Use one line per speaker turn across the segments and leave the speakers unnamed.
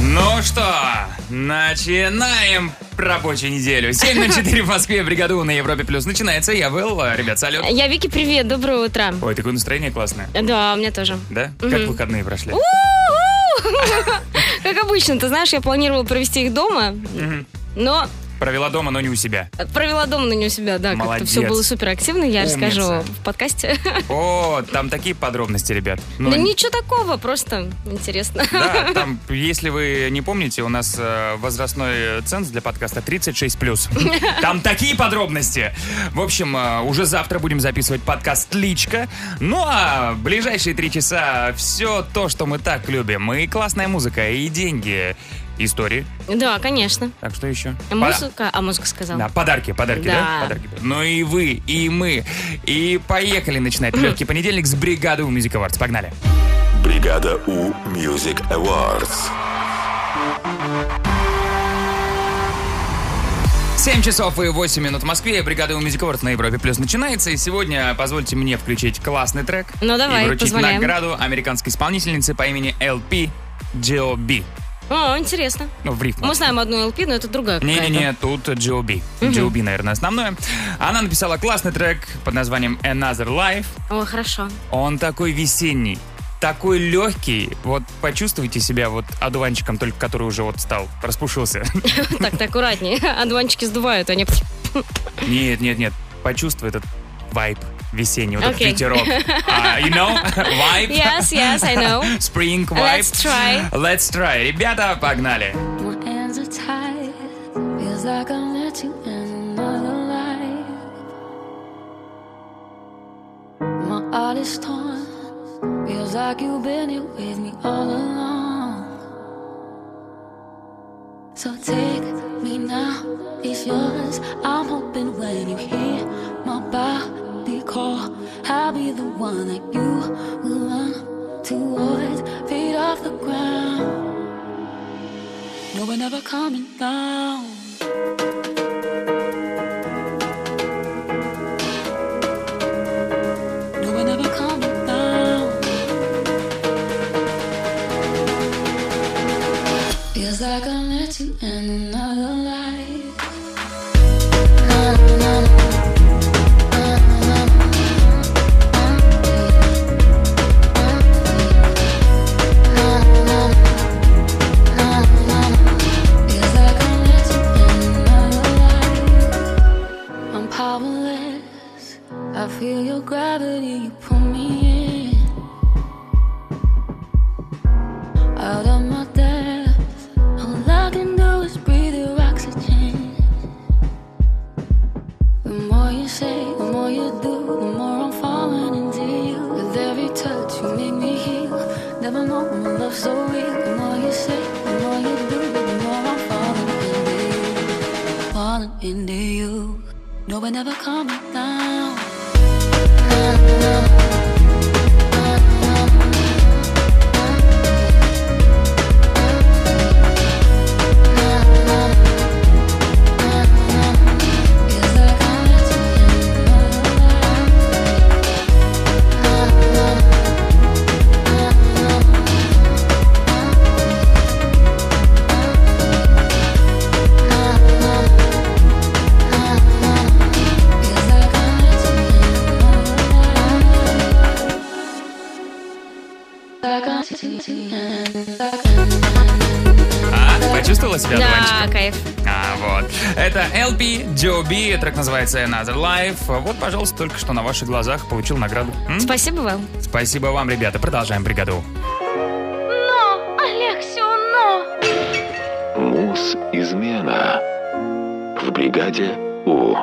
Ну что, начинаем рабочую неделю. 7 на 4 в Москве, бригаду на Европе Плюс. Начинается, я Вэл, ребят, салют.
Я Вики, привет, доброе утро.
Ой, такое настроение классное,
Да, у меня тоже.
да? Как выходные прошли?
Как обычно, ты знаешь, я планировала провести их дома, но
Провела дома, но не у себя.
провела дома, но не у себя, да, как-то
Молодец.
все было супер активно, я
Умница.
расскажу в подкасте.
О, там такие подробности, ребят. Ну,
Да ничего такого, просто интересно.
Да, там, если вы не помните, у нас э, возрастной ценз для подкаста 36+. Там такие подробности. В общем, э, уже завтра будем записывать подкаст «Личка». Ну а в ближайшие три часа все то, что мы так любим. И классная музыка, и деньги, и истории.
Да, конечно.
Так, что еще?
А Музыка, а музыка сказала.
Да, подарки, подарки, да?
Да.
Подарки. Ну и вы, и мы. И поехали начинать легкий понедельник с бригады у Music Awards. Погнали.
Бригада У Music Awards.
7 часов и 8 минут в Москве. Бригада у Music Awards на Европе Плюс начинается. И сегодня позвольте мне включить классный трек.
Ну, давай,
И вручить
позволяем.
награду американской исполнительнице по имени LP G.O.B.
О, интересно.
Ну, в рифму.
Мы знаем одну LP, но это другая какая-то.
Не-не-не, тут G.O.B. G.O.B, наверное, основное. Она написала классный трек под названием Another Life.
О, хорошо.
Он такой весенний, такой легкий. Вот почувствуйте себя вот одуванчиком, только который уже вот стал, распушился.
Так-то аккуратнее. Одуванчики сдувают, они...
Нет, нет, нет. Почувствуй этот вайб весенний, вот этот
Окей.
ветерок. А, you know? Вайб.
Yes, yes, I know.
Spring vibe.
Let's try.
Let's try. Ребята, погнали.
My hands are tied. Feels like I'm letting in another life. My heart is torn. Feels like you've been here with me all along. So take me now. It's yours. I'm hoping when you hear my body call, I'll be the one that you will run towards. Feet off the ground. No, we're never coming down. No, we're never coming down. Feels like I'm letting in another life. Na, na, na, na, na, na, na, na, na, na. Feels like I'm letting in another life. I'm powerless. I feel your gravity, you pull me in. Out of my depth, all I can do is breathe your oxygen. The more you say, the more you do, the more I'm falling into you. With every touch, you make me heal. Never know when love's so real. The more you say, the more you do, the more I'm falling into you. Falling into you. No, we're never coming down. Feels like I'm letting in another life. Feels like I'm letting in
А, почувствовала себя
Да,
одуванчиком?
кайф.
А, вот. Это LP G.O.B. Трек называется Another Life. Вот, пожалуйста, только что на ваших глазах получил награду. М?
Спасибо вам.
Спасибо вам, ребята. Продолжаем бригаду.
Но, Алексио, но!
Муз измена в бригаде У.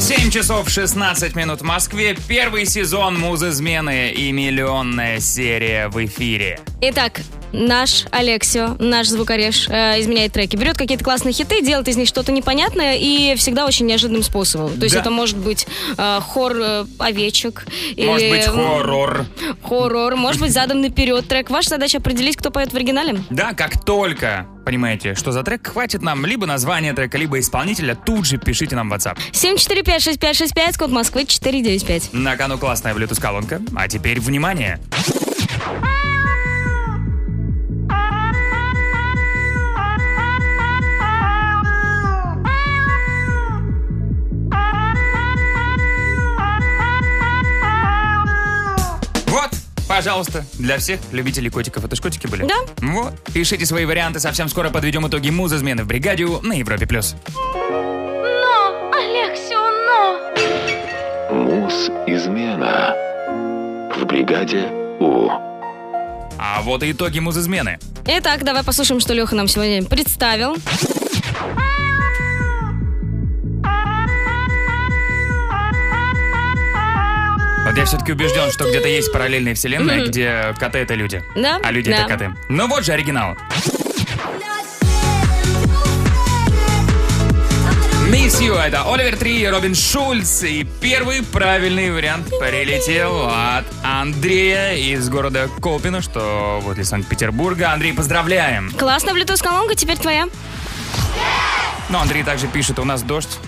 7 часов 16 минут в Москве. Первый сезон «Муз измены» и миллионная серия в эфире.
Итак, наш Алексио, наш звукореж, э, изменяет треки. Берет какие-то классные хиты, делает из них что-то непонятное и всегда очень неожиданным способом. То есть
Да.
это может быть э, хор э, овечек.
Может
или,
быть,
м,
хоррор.
Хоррор, может быть, задом наперед трек. Ваша задача определить, кто поет в оригинале.
Да, как только понимаете, что за трек, хватит нам либо название трека, либо исполнителя, тут же пишите нам в WhatsApp.
7456565, код Москвы 495.
На кону классная Bluetooth-колонка. А теперь внимание! Пожалуйста, для всех любителей котиков. Это ж котики были?
Да.
Вот. Пишите свои варианты. Совсем скоро подведем итоги муз измены в бригаде У» на Европе+. плюс.
Но, Алексио, но!
Муз измена в бригаде У.
А вот и итоги муз измены.
Итак, давай послушаем, что Леха нам сегодня представил.
Вот я все-таки убежден, что где-то есть параллельные вселенные, где коты это люди.
Да,
А люди это
да.
коты. Ну вот же оригинал. Miss You это Оливер Три и Робин Шульц. И первый правильный вариант прилетел от Андрея из города Колпина, что возле Санкт-Петербурга. Андрей, поздравляем!
Классно, Bluetooth колонка теперь твоя.
Ну, Андрей также пишет, у нас дождь.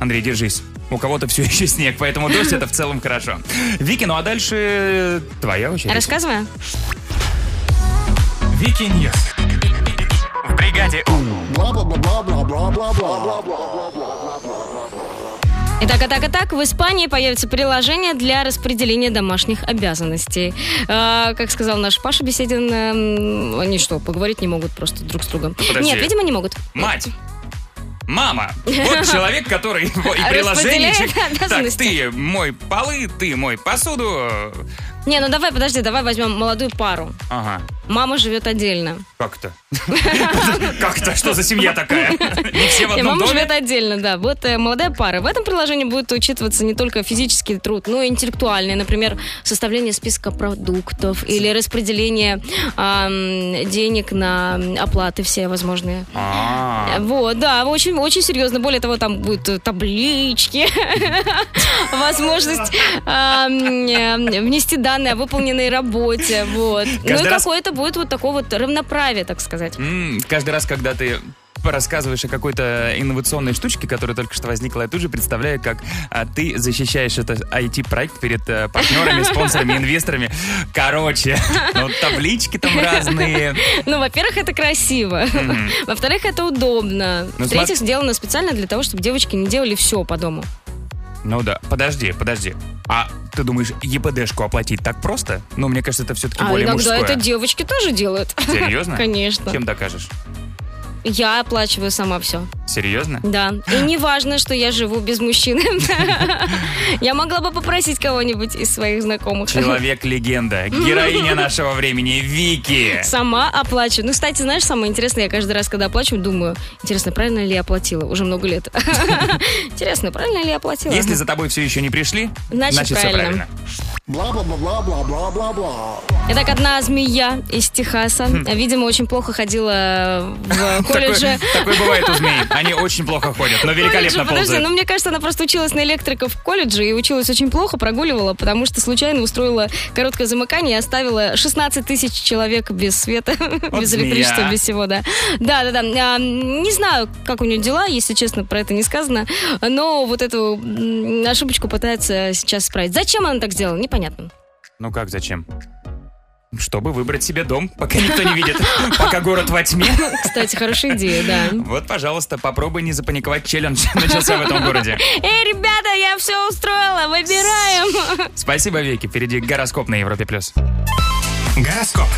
Андрей, держись. У кого-то все еще снег, поэтому дождь это в целом хорошо. Вики, ну а дальше твоя очередь.
Рассказывай.
Вики Ньюс. В бригаде У.
Итак, а итак, итак, в Испании появится приложение для распределения домашних обязанностей. Э, как сказал наш Паша Беседин, эм, они что, поговорить не могут просто друг с другом?
Подожди.
Нет, видимо, не могут.
Мать. Мама. Вот человек, который его и приложение.
Распределяет
Так,
обязанности.
ты мой полы, ты мой посуду.
Не, ну давай, подожди, давай возьмем молодую пару.
Ага.
Мама живет отдельно.
Как то Как то Что за семья такая? Не все в одном
Не, Э, мама
доме?
живет отдельно, да. Вот э, молодая пара. В этом приложении будет учитываться не только физический труд, но и интеллектуальный. Например, составление списка продуктов или распределение ам, денег на оплаты все возможные.
А.
Вот, да, очень, очень серьезно. Более того, там будут э, таблички, возможность а, м, э, внести данные о выполненной работе, вот. Ну
Каждый
и
раз-
какое-то будет вот такое вот равноправие, так сказать.
М, Каждый раз, когда ты рассказываешь о какой-то инновационной штучке, которая только что возникла, я тут же представляю, как а, ты защищаешь этот IT-проект перед э, партнерами, спонсорами, инвесторами. Короче, ну, таблички там разные.
Ну, во-первых, это красиво. Во-вторых, это удобно.
Ну,
В-третьих,
сма-
сделано специально для того, чтобы девочки не делали все по дому.
Ну да, подожди, подожди. А ты думаешь, ЕПДшку оплатить так просто? Ну, мне кажется, это все-таки
А
более
иногда
мужское.
это девочки тоже делают.
Серьезно?
Конечно.
Чем докажешь?
Я оплачиваю сама все.
Серьезно?
Да. И не важно, что я живу без мужчины. Я могла бы попросить кого-нибудь из своих знакомых.
Человек-легенда, героиня нашего времени, Вики.
Сама оплачиваю. Ну, кстати, знаешь, самое интересное, я каждый раз, когда оплачиваю, думаю, интересно, правильно ли я оплатила? Уже много лет. Интересно, правильно ли я оплатила?
Если за тобой все еще не пришли,
Значит,
все правильно.
правильно. Итак, одна змея из Техаса, видимо, очень плохо ходила в
Хм.
колледже.
Такое, такое бывает у змей. Они очень плохо ходят, но великолепно
Колледже, подожди,
ползают.
ну мне кажется, она просто училась на электрика в колледже и училась очень плохо, прогуливала, потому что случайно устроила короткое замыкание и оставила 16 тысяч человек без света,
Вот
без электричества,
змея.
без всего, да. Да, да, да. А, не знаю, как у нее дела, если честно, про это не сказано, но вот эту м, ошибочку пытается сейчас исправить. Зачем она так сделала, непонятно.
Ну как, зачем? Чтобы выбрать себе дом, пока никто не видит, пока город во тьме.
Кстати, хорошая идея, да.
Вот, пожалуйста, попробуй не запаниковать челлендж начался в этом городе.
Эй, ребята, я все устроила, выбираем.
Спасибо, Вики. Впереди гороскоп на Европе+. плюс.
Гороскоп.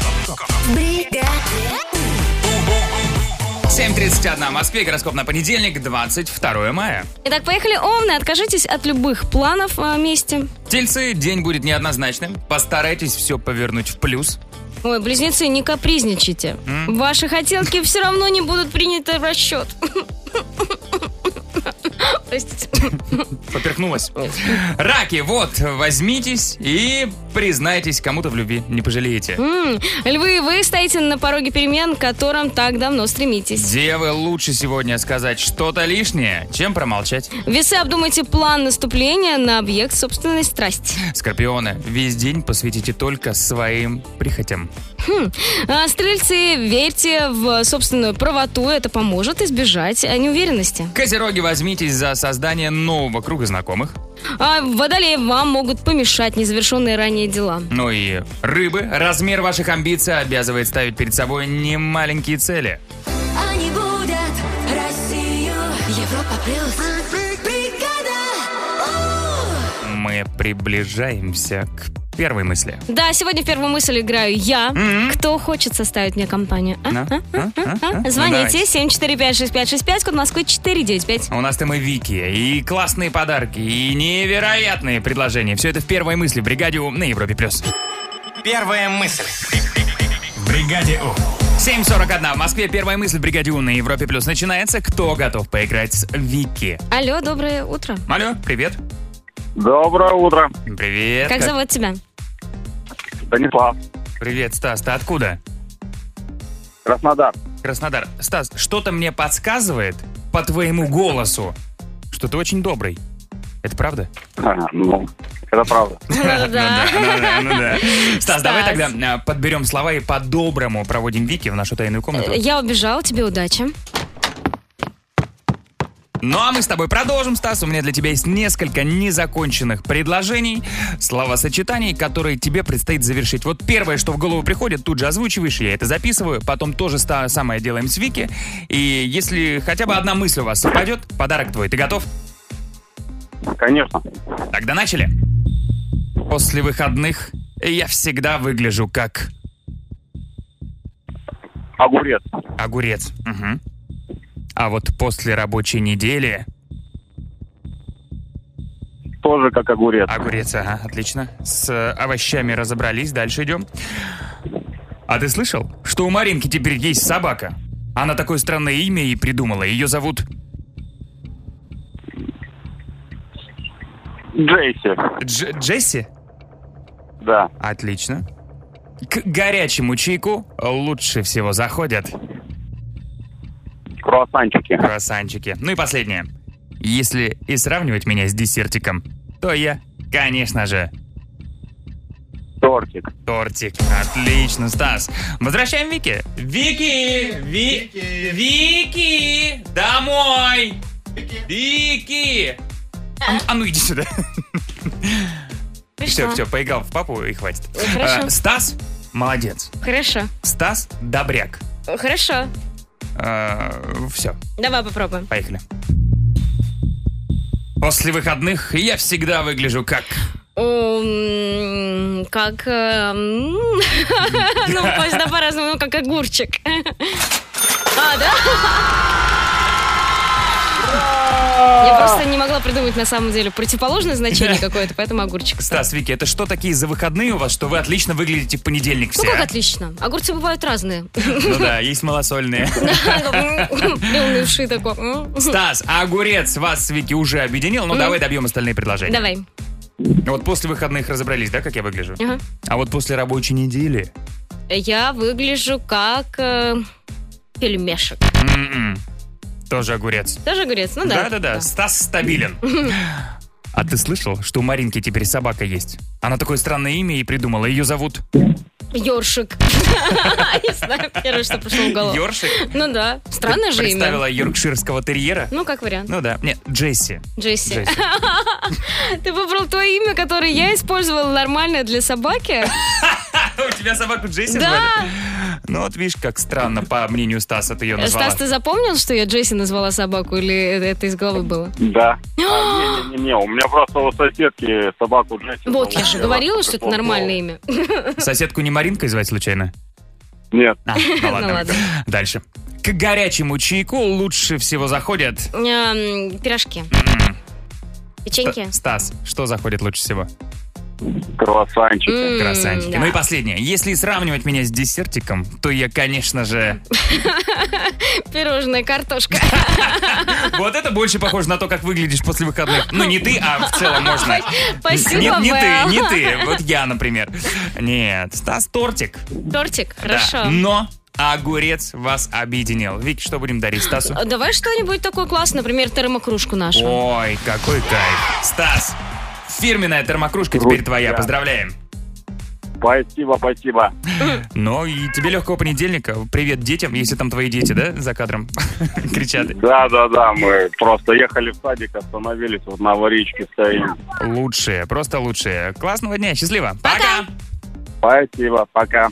7.31 в Москве, гороскоп на понедельник, 22 мая.
Итак, поехали, умные, откажитесь от любых планов а, о месте.
Тельцы, день будет неоднозначным. Постарайтесь все повернуть в плюс.
Ой, близнецы, не капризничайте. Ваши хотелки все равно не будут приняты в расчет. Простите.
Поперхнулась. Раки, вот, возьмитесь и признайтесь кому-то в любви. Не пожалеете.
М, Львы, вы стоите на пороге перемен, к которым так давно стремитесь.
Девы, лучше сегодня сказать что-то лишнее, чем промолчать.
Весы, обдумайте план наступления на объект собственной страсти.
Скорпионы, весь день посвятите только своим прихотям.
А, Стрельцы, верьте в собственную правоту, это поможет избежать а, неуверенности.
Козероги, возьмитесь за создание нового круга знакомых.
А водолеи вам могут помешать незавершенные ранее дела.
Ну и рыбы, размер ваших амбиций обязывает ставить перед собой немаленькие цели.
Они будут Россию, Европа плюс. Бригада! У!
Мы приближаемся к первой мысли.
Да, сегодня в первую мысль играю я. Кто хочет составить мне компанию? А?
На,
А?
а, а, а.
А?
Ну,
Звоните
давайте.
745-6565, код Москвы 495.
А У нас там и Вики, и классные подарки, и невероятные предложения. Все это в первой мысли в бригаде У на Европе плюс.
Первая мысль. В бригаде У.
7.41 в Москве. Первая мысль в бригаде У на Европе плюс начинается. Кто готов поиграть с Вики?
Алло, доброе утро.
Алло, привет.
Доброе утро,
Привет.
Как зовут тебя?
Станислав,
Привет, Стас. Ты откуда?
Краснодар.
Краснодар. Стас, что-то мне подсказывает по твоему голосу, что ты очень добрый. Это правда?
А, ну, это правда.
Ну да.
Ну да, ну да. Стас, давай
Стас.
тогда а, подберем слова и по-доброму проводим Вики в нашу тайную комнату.
Я убежал, тебе удачи.
Ну а мы с тобой продолжим, Стас. У меня для тебя есть несколько незаконченных предложений, словосочетаний, которые тебе предстоит завершить. Вот первое, что в голову приходит, тут же озвучиваешь, я это записываю, потом тоже ста- самое делаем с Вики. И если хотя бы одна мысль у вас совпадет, подарок твой. Ты готов?
Конечно.
Тогда начали. После выходных я всегда выгляжу как
Огурец.
огурец. Мгм. А вот после рабочей недели...
Тоже как огурец.
Огурец, ага, отлично. С э, овощами разобрались, дальше идем. А ты слышал, что у Маринки теперь есть собака? Она такое странное имя и придумала. Ее зовут
Джейси.
Дж- Джесси?
Да.
Отлично. К горячему чайку лучше всего заходят
Круассанчики.
круассанчики. Ну и последнее. Если и сравнивать меня с десертиком, то я, конечно же,
Тортик.
Тортик. Отлично, Стас. Возвращаем Вики. Вики! Ви- Вики! Домой! Вики! А, ну- а ну иди сюда. Все,
Пришла.
все, поиграл в папу и хватит.
Хорошо.
Э, Стас, молодец.
Хорошо.
Стас, добряк.
Хорошо.
все,
Давай попробуем.
поехали. После выходных я всегда выгляжу как...
М, Как... э, м, Ну, можно по-разному, ну, как огурчик. А, да? Я просто не могла придумать на самом деле противоположное значение какое-то, поэтому огурчик.
Стас, Вики, это что такие за выходные у вас, что вы отлично выглядите в понедельник все?
Ну как
а?
отлично. Огурцы бывают разные.
Ну да, есть малосольные.
Приунывший такой. м.
Стас, огурец вас с Вики уже объединил, ну давай добьем остальные предложения.
Давай.
Вот после выходных разобрались, да, как я выгляжу?
Ага.
А вот после рабочей недели...
Я выгляжу как э, пельмешек.
м-м, Тоже огурец.
Тоже огурец? Ну да.
Да-да-да, Стас стабилен. А ты слышал, что у Маринки теперь собака есть? Она такое странное имя и придумала. Ее зовут
Ёршик. Не знаю, первое, что пришло в голову.
Йоршик.
Ну да, странное
Ты
же имя.
Представила йоркширского терьера.
Ну, как вариант.
Ну да, нет, Джесси.
Джесси.
Джесси.
Ты выбрал то имя, которое я использовала нормально для собаки?
У тебя собаку Джесси
Да.
звали? Ну вот видишь, как странно, по мнению Стаса, ты ее назвала.
Э, Стас, ты запомнил, что я Джесси назвала собаку? Или это из головы было?
Да. А, не, не, не, у меня просто у соседки собаку Джесси.
Вот,
зовут.
я же говорила, что это
припомнила.
нормальное имя.
Соседку не Маринкой звать случайно?
Нет.
А, ну
Ну
ладно.
ладно.
Дальше. К горячему чайку лучше всего заходят...
Эм, Пирожки. Печеньки.
Стас, что заходит лучше всего?
Круассанчики.
М,
Красавчики.
да.
Ну и последнее. Если сравнивать меня с десертиком, то я, конечно же... Э.
Пирожная картошка.
Вот это больше похоже на то, как выглядишь после выходных. Ну не ты, а в целом можно.
Спасибо,
Нет, не ты,
Вэл.
не ты. Вот я, например. Нет, Стас тортик.
Тортик,
Да.
хорошо.
Но огурец вас объединил. Вики, что будем дарить Стасу?
А Давай что-нибудь такое классное, например, термокружку нашу.
Ой, какой кайф. Стас, фирменная термокружка теперь твоя.
Круто.
Поздравляем.
Спасибо, спасибо.
Ну и тебе легкого понедельника. Привет детям, если там твои дети, да, за кадром кричат.
Да, да, да, мы просто ехали в садик, остановились, вот на аварийке стоим.
Лучшие, просто лучшие. Классного дня, счастливо. Пока!
Спасибо, пока.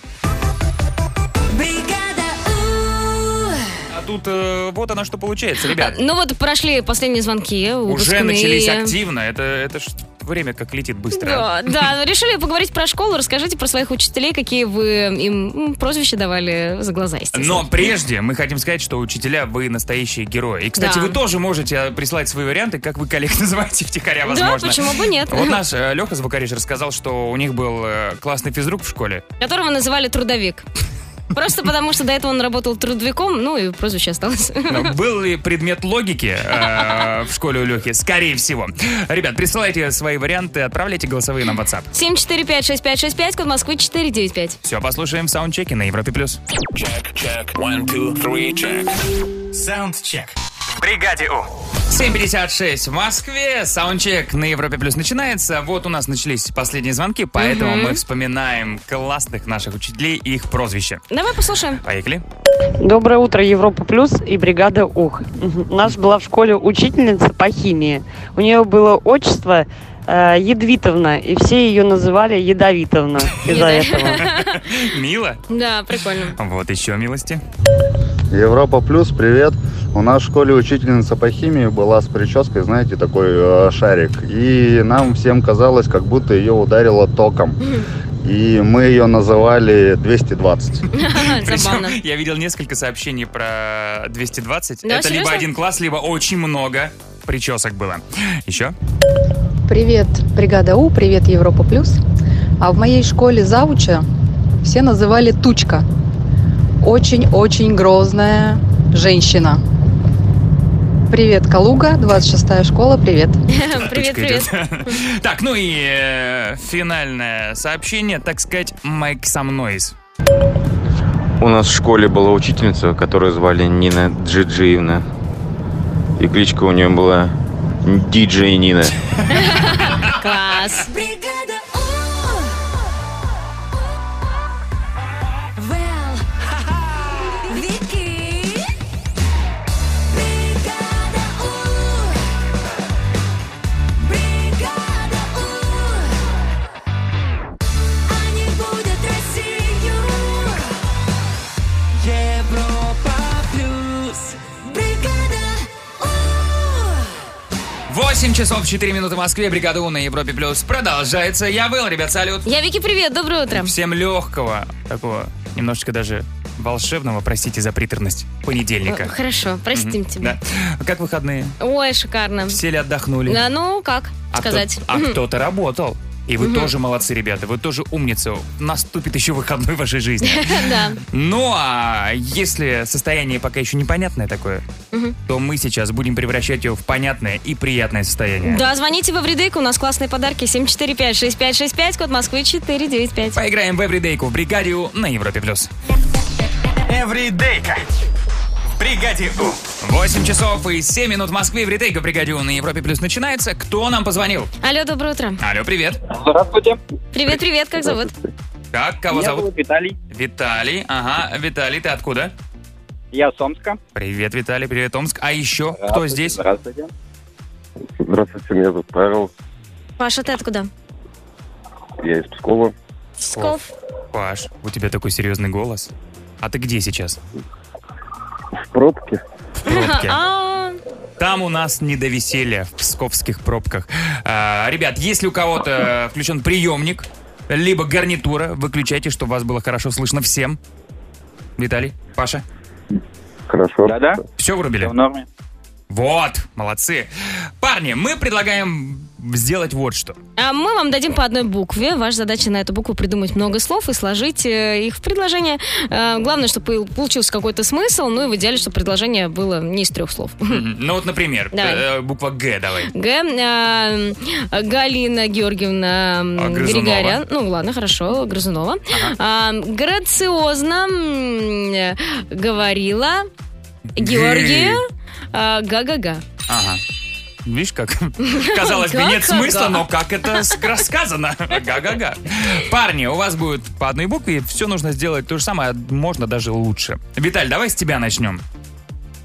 Бригада У.
А тут э, вот оно что получается, ребят.
Ну вот прошли последние звонки,
Уже
выпускные.
начались активно, это, это ж время как летит быстро.
Да, да, ну решили поговорить про школу. Расскажите про своих учителей, какие вы им м, прозвища давали за глаза, естественно.
Но прежде мы хотим сказать, что учителя вы настоящие герои. И, кстати,
Да.
вы тоже можете а, прислать свои варианты, как вы коллег называете втихаря,
да,
возможно.
почему бы нет?
Вот наш э, Леха Звукариш рассказал, что у них был э, классный физрук в школе.
Которого называли трудовик. Просто потому, что до этого он работал трудовиком, ну и прозвище осталось.
Но Ну, Был ли предмет логики э, в школе у Лехи? Скорее всего. Ребят, присылайте свои варианты, отправляйте голосовые нам в WhatsApp.
745-6565, код Москвы 495.
Все, послушаем в саундчеке на Европе+. плюс.
Саундчек. В бригаде У.
7.56 в Москве. Саундчек на Европе Плюс начинается. Вот у нас начались последние звонки, поэтому мы вспоминаем классных наших учителей и их прозвища.
Давай послушаем.
Поехали.
Доброе утро, Европа Плюс и бригада Ух. У нас была в школе учительница по химии. У нее было отчество э, Едвитовна, и все ее называли Ядовитовна из-за этого.
Мила.
Да, прикольно.
Вот еще милости.
Европа Плюс, привет. У нас в школе учительница по химии была с прической, знаете, такой э, шарик. И нам всем казалось, как будто ее ударило током. И мы ее называли 220.
Причем
Забавно.
я видел несколько сообщений про 220.
Да,
Это либо
серьезно?
один класс, либо очень много причесок было. Еще?
Привет, бригада У, привет, Европа Плюс. А в моей школе зауча все называли Тучка. Очень-очень грозная женщина. Привет, Калуга, 26-я школа, привет.
Привет, привет.
Так, ну и э, финальное сообщение, так сказать, Майк сам Нойз.
У нас в школе была учительница, которую звали Нина Джиджиевна. И кличка у нее была Диджей Нина.
Класс.
Бригада У. Вэл. Вики. Бригада У. Бригада У. Они будут Россию.
Европа плюс.
Бригада У.
8 часов 4 минуты в Москве. Бригада У на Европе Плюс продолжается. Я был, ребят, салют.
Я Вики, привет, доброе утро.
Всем легкого, такого немножечко даже волшебного, простите за приторность,
Э,
понедельника.
Хорошо, простим тебя.
Да. Как выходные?
Ой, шикарно.
Все ли отдохнули?
Да, ну как
А кто-
сказать?
А
Мгм.
кто-то работал. И вы тоже молодцы, ребята, вы тоже умницы. Наступит еще выходной в вашей жизни.
Да.
Ну а если состояние пока еще непонятное такое, то мы сейчас будем превращать его в понятное и приятное состояние.
Да, звоните в Эвридейк, у нас классные подарки 745-6565, код Москвы 495.
Поиграем в Эвридейку в Бригаде У на Европе+. плюс.
Эвридейка. В бригаде У.
8 часов и 7 минут в Москве. Эвридейка в Бригаде У на Европе+. плюс начинается. Кто нам позвонил?
Алло, доброе утро.
Алло, привет.
Здравствуйте.
Привет, привет, как зовут?
Как, кого зовут?
Виталий.
Виталий. Ага, Виталий, ты откуда?
Я с Омска.
Привет, Виталий, привет, Омск. А еще кто здесь?
Здравствуйте.
Здравствуйте, меня зовут Павел.
Паша, ты откуда?
Я из Пскова.
Псков.
Паш, у тебя такой серьезный голос. А ты где сейчас?
В пробке.
В пробке.
А,
Там у нас не до веселья в псковских пробках. А, ребят, если у кого-то включен приемник, либо гарнитура, выключайте, чтобы вас было хорошо слышно всем. Виталий, Паша,
Хорошо.
Да-да,
все вырубили?
всё в норме.
Вот, молодцы. Парни, мы предлагаем сделать вот что.
а мы вам дадим по одной букве. Ваша задача на эту букву придумать много слов и сложить э, их в предложение. Э, Главное, чтобы получился какой-то смысл, ну и в идеале, чтобы предложение было не из трех слов.
Мгм. Ну вот, например,
Давай.
э, буква Г давай.
Г. э, Галина Георгиевна м,
А, Грызунова?
Григорян. Ну ладно, хорошо, Грызунова. А, грациозно м, э, говорила Георгия а, га-га-га.
Ага. Видишь, как? Казалось бы, нет
Га-га-га.
смысла, но как это с- рассказано? Га-га-га. Парни, у вас будет по одной букве, и все нужно сделать то же самое, а можно даже лучше. Виталь, давай с тебя начнем.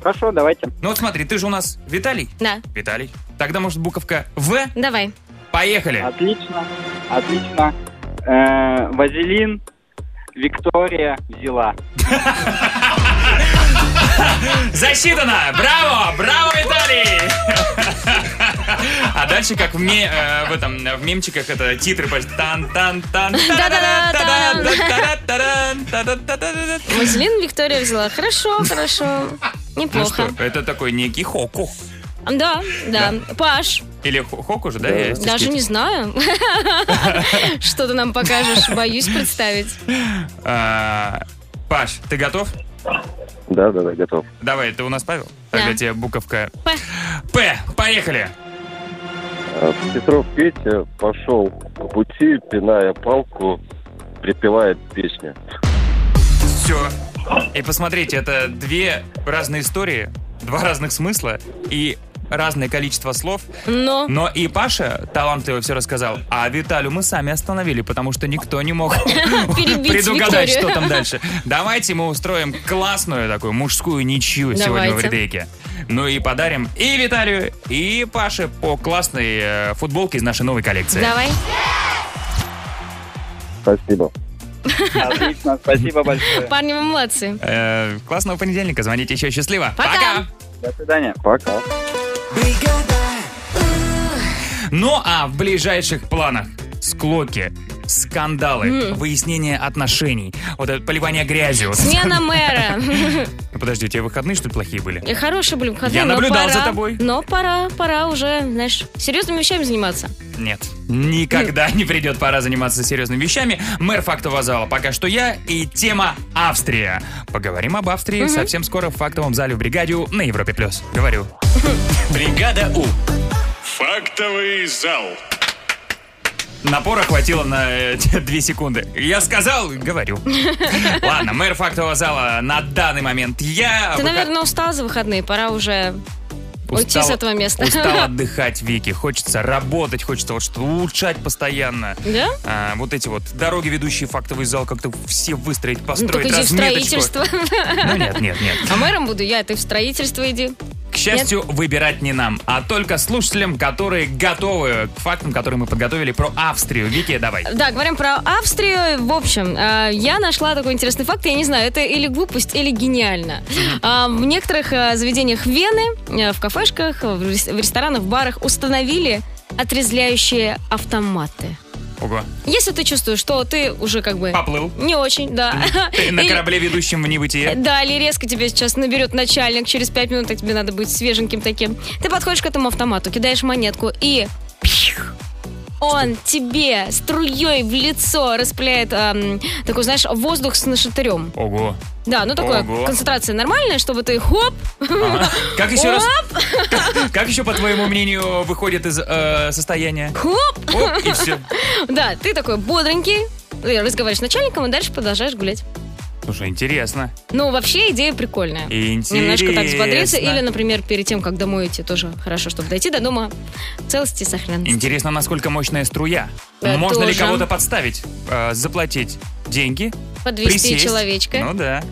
Хорошо, давайте.
Ну вот смотри, ты же у нас Виталий?
Да,
Виталий. Тогда, может, буковка В?
давай.
Поехали.
Отлично, отлично. Э, Вазелин Виктория взяла.
Засчитано! Браво! Браво, Виталий! А дальше, как в, ме- э, в этом, э, в мемчиках, это титры почти. тан тан тан
Маселин Виктория взяла. Хорошо, хорошо.
Ну
Неплохо.
что, это такой некий хоку.
Да, да. Паш,
Или хо- хок уже, да? есть?
Э, даже не знаю. Что ты нам покажешь, боюсь представить.
А, Паш, ты готов?
Да, да, да, готов.
Давай, ты у нас Павел?
Да.
Тогда тебе буковка
П.
П. Поехали.
А, Петров Петя пошел по пути, пиная палку, припевает песню.
Все. И посмотрите, это две разные истории, два разных смысла и разное количество слов.
Но...
Но и Паша талантливо все рассказал, а Виталю мы сами остановили, потому что никто не мог
Перебить
предугадать,
Викторию.
что там дальше. Давайте мы устроим классную такую мужскую ничью сегодня в
Давайте.
Редейке. Ну и подарим и Виталию, и Паше по классной э, футболке из нашей новой коллекции.
Давай.
Спасибо.
Отлично, спасибо большое.
Парни, вы молодцы.
Э, классного понедельника, звоните еще, счастливо.
Пока.
До свидания.
Пока.
Ну а в ближайших планах склоки, скандалы,
М.
выяснение отношений, вот это поливание грязью.
Смена мэра.
Подожди, у тебя выходные что ли плохие были?
И Хорошие были выходные,
Я
но
наблюдал
пора-
за тобой.
Но пора, пора уже, знаешь, серьезными вещами заниматься.
Нет. Никогда не придет пора заниматься серьезными вещами. Мэр фактового зала пока что я и тема Австрия. Поговорим об Австрии
Мгм.
совсем скоро в фактовом зале в бригаде «У» на Европе плюс. Говорю. Бригада У.
Фактовый зал.
Напора хватило на э, две секунды. Я сказал, говорю. Ладно, мэр фактового зала на данный момент я.
Ты,
Выход-
наверное, устал за выходные, пора уже уйти с
Устал-
этого места.
Устал отдыхать, Вики. Хочется работать, хочется вот что-то улучшать постоянно.
Да?
А, вот эти вот дороги, ведущие в фактовый зал, как-то все выстроить,
Ну, так
построить,
иди в
разметочку.
строительство.
Ну нет, нет, нет.
А мэром буду я, ты в строительство иди.
К счастью, выбирать не нам, а только слушателям, которые готовы к фактам, которые мы подготовили про Австрию. Вики, давай.
Да, говорим про Австрию. В общем, э, я нашла такой интересный факт. Я не знаю, это или глупость, или гениально. А, В некоторых э, заведениях Вены, э, в кафешках, в рес- в ресторанах, в барах установили отрезляющие автоматы.
Ого.
Если ты чувствуешь, что ты уже как бы...
Поплыл.
Не очень, да.
Ты на
Или-
корабле ведущем в небытие.
Э, Да, или резко тебя сейчас наберет начальник, через пять минут а тебе надо быть свеженьким таким. Ты подходишь к этому автомату, кидаешь монетку и... пих! Он тебе струей в лицо распыляет эм, такой, знаешь, воздух с нашатырем.
Ого.
Да, ну такое,
Ого.
концентрация нормальная, чтобы ты хоп,
Ага. Как еще раз?
Оп!
Как, как еще, по твоему мнению, выходит из э, состояния?
хоп.
Оп, и все.
Да, ты такой бодренький, э, разговариваешь с начальником и дальше продолжаешь гулять.
Слушай, интересно.
Ну, вообще идея прикольная.
Интересно.
Немножко так взбодриться. Или, например, перед тем, как домой идти, тоже хорошо, чтобы дойти до дома в целости и сохранности.
Интересно, насколько мощная струя.
Да,
Можно ли
тоже.
кого-то подставить? Э, заплатить деньги?
Подвести
присесть?
человечка.
Ну да.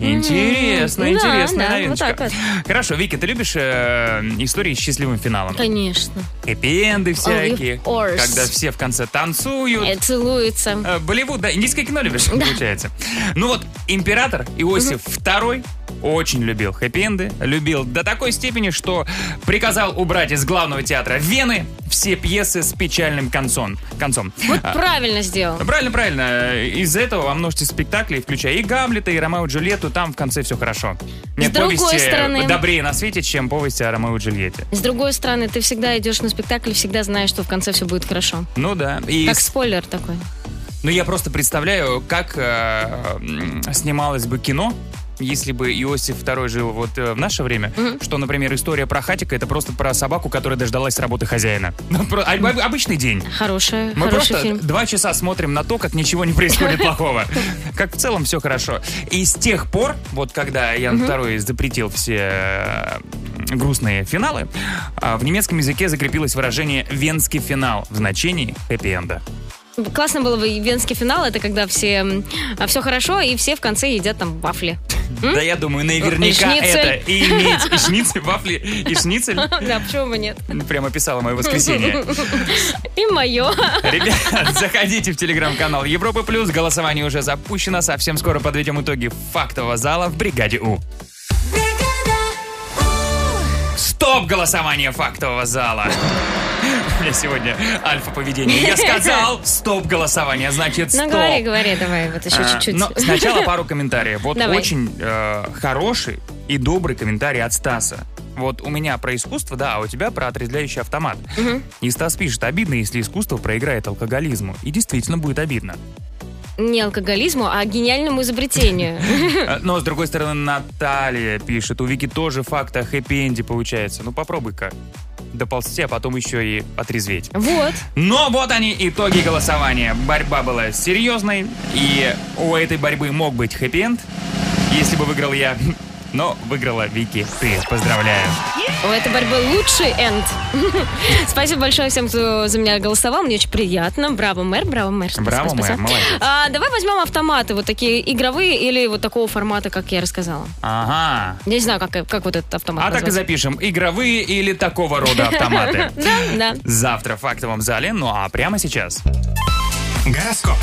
Интересно,
М, да,
интересная
да,
новиночка.
вот так
Хорошо, Вики, ты любишь э, истории с счастливым финалом?
Конечно.
Эппи-энды всякие.
of course.
Когда все в конце танцуют.
Э, Целуется.
Э, Болливуд, да, индийское кино любишь, получается. Ну вот, император Иосиф II очень любил хэппи-энды, любил до такой степени, что приказал убрать из главного театра Вены все пьесы с печальным концом. концом.
Вот
А,
правильно сделал.
Правильно, правильно. Э, Из-за этого во множестве спектаклей, включая и Гамлета, и Ромео и Джульетту, там в конце все хорошо. Нет
другой
повести э,
стороны-
добрее на свете, чем повести о Ромео и Джульетте.
С другой стороны, ты всегда идешь на спектакль и всегда знаешь, что в конце все будет хорошо.
Ну да. И
Как
с-
спойлер такой.
Ну, я просто представляю, как э, м, снималось бы кино, если бы Иосиф II жил вот э, в наше время, что, например, история про хатика это просто про собаку, которая дождалась работы хозяина. Ну, про- а- а- обычный день.
Хорошая,
Мы
хороший
просто
фильм.
два часа смотрим на то, как ничего не происходит плохого. Как в целом все хорошо. И с тех пор, вот когда Ян
Мгм.
II запретил все э, грустные финалы, а, в немецком языке закрепилось выражение «венский финал» в значении хэппи-энда.
Классно было бы венский финал, это когда все, все хорошо и все в конце едят там вафли.
Да я думаю, наверняка
Шницель.
это и иметь и шницель, вафли и шницель.
Да, почему бы нет?
Прямо писала мое воскресенье.
И мое.
Ребят, заходите в телеграм-канал Европы Плюс. Голосование уже запущено. Совсем скоро подведем итоги фактового зала в бригаде У. Стоп голосование фактового зала. У меня сегодня альфа-поведение. Я сказал стоп голосование, значит стоп.
Ну, говори, говори, давай, вот еще
А,
чуть-чуть.
но сначала пару комментариев. Вот
Давай.
очень э, хороший и добрый комментарий от Стаса. Вот у меня про искусство, да, а у тебя про отрезвляющий автомат.
Мгм.
И Стас пишет, обидно, если искусство проиграет алкоголизму. И действительно будет обидно.
Не алкоголизму, а гениальному изобретению.
Э, Но, с другой стороны, Наталья пишет, у Вики тоже факт о хэппи-энде получается. Ну, попробуй-ка доползти, а потом еще и отрезветь.
Вот.
Но вот они, итоги голосования. Борьба была серьезной, и у этой борьбы мог быть хэппи-энд, если бы выиграл я. Но выиграла Вики ты. Поздравляю.
У этой борьбы лучший энд. Спасибо большое всем, кто за меня голосовал. Мне очень приятно. Браво, мэр, браво, мэр. Спасибо,
Браво, мэр,
спасибо.
молодец.
А, давай возьмем автоматы, вот такие игровые или вот такого формата, как я рассказала.
Ага.
Я не знаю, как, как вот этот автомат
А так и
назвать.
запишем. Игровые или такого рода автоматы.
Да, да.
Завтра в фактовом зале, ну а прямо сейчас. Гороскоп.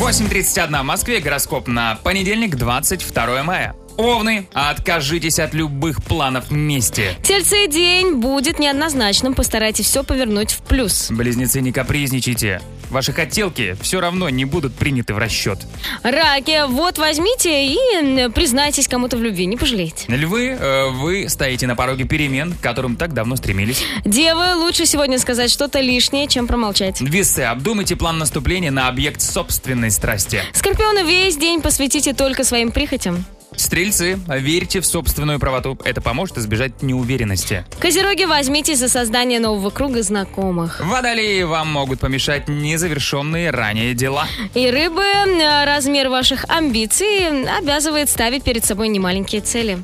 8.31 в Москве, гороскоп на понедельник, 22 мая. Овны, откажитесь от любых планов мести.
Тельцы день будет неоднозначным. Постарайтесь все повернуть в плюс.
Близнецы, не капризничайте. Ваши хотелки все равно не будут приняты в расчет.
Раки, вот возьмите и м, признайтесь кому-то в любви, не пожалеете.
Львы, э, вы стоите на пороге перемен, к которым так давно стремились.
Девы, лучше сегодня сказать что-то лишнее, чем промолчать.
Весы, обдумайте план наступления на объект собственной страсти.
Скорпионы, весь день посвятите только своим прихотям.
Стрельцы, верьте в собственную правоту. Это поможет избежать неуверенности.
Козероги, возьмитесь за создание нового круга знакомых.
Водолеи, вам могут помешать незавершенные ранее дела.
И рыбы, э, размер ваших амбиций обязывает ставить перед собой немаленькие цели.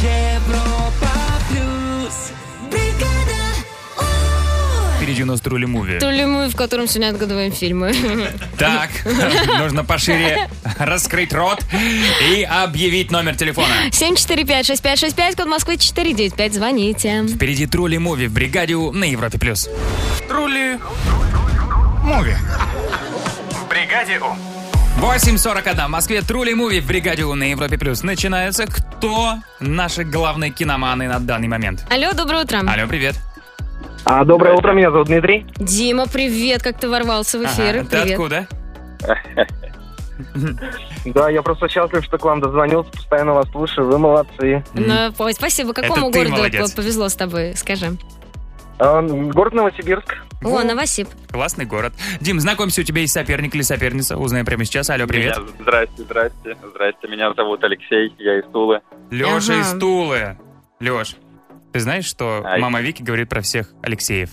Европа плюс.
Впереди у нас Трули Муви.
То ли мы, в котором сегодня отгадываем фильмы.
Так, нужно пошире раскрыть рот и объявить номер телефона.
745-6565, код Москвы 495, звоните.
Впереди Трули Муви в бригаде У на Европе+. плюс. Трули Муви.
В бригаде У.
8.41 в Москве. Трули Муви в бригаде У на Европе+. плюс. Начинается кто наши главные киноманы на данный момент?
Алло, доброе утро.
Алло, привет.
А, доброе утро, меня зовут Дмитрий.
Дима, привет, как ты ворвался в эфир.
Ага, ты
привет.
откуда?
Да, я просто счастлив, что к вам дозвонился, постоянно вас слушаю, вы молодцы.
Ну, ой, спасибо. Какому
Это ты
городу
молодец.
п- повезло с тобой, скажи?
А, город Новосибирск.
О, Новосиб.
Классный город. Дим, знакомься, у тебя есть соперник или соперница. Узнаем прямо сейчас. Алло, привет.
Меня- здрасте, здрасте, здрасте. Меня зовут Алексей, я из Тулы.
Леша
Ага.
из Тулы. Леш, ты знаешь, что мама Вики говорит про всех Алексеев?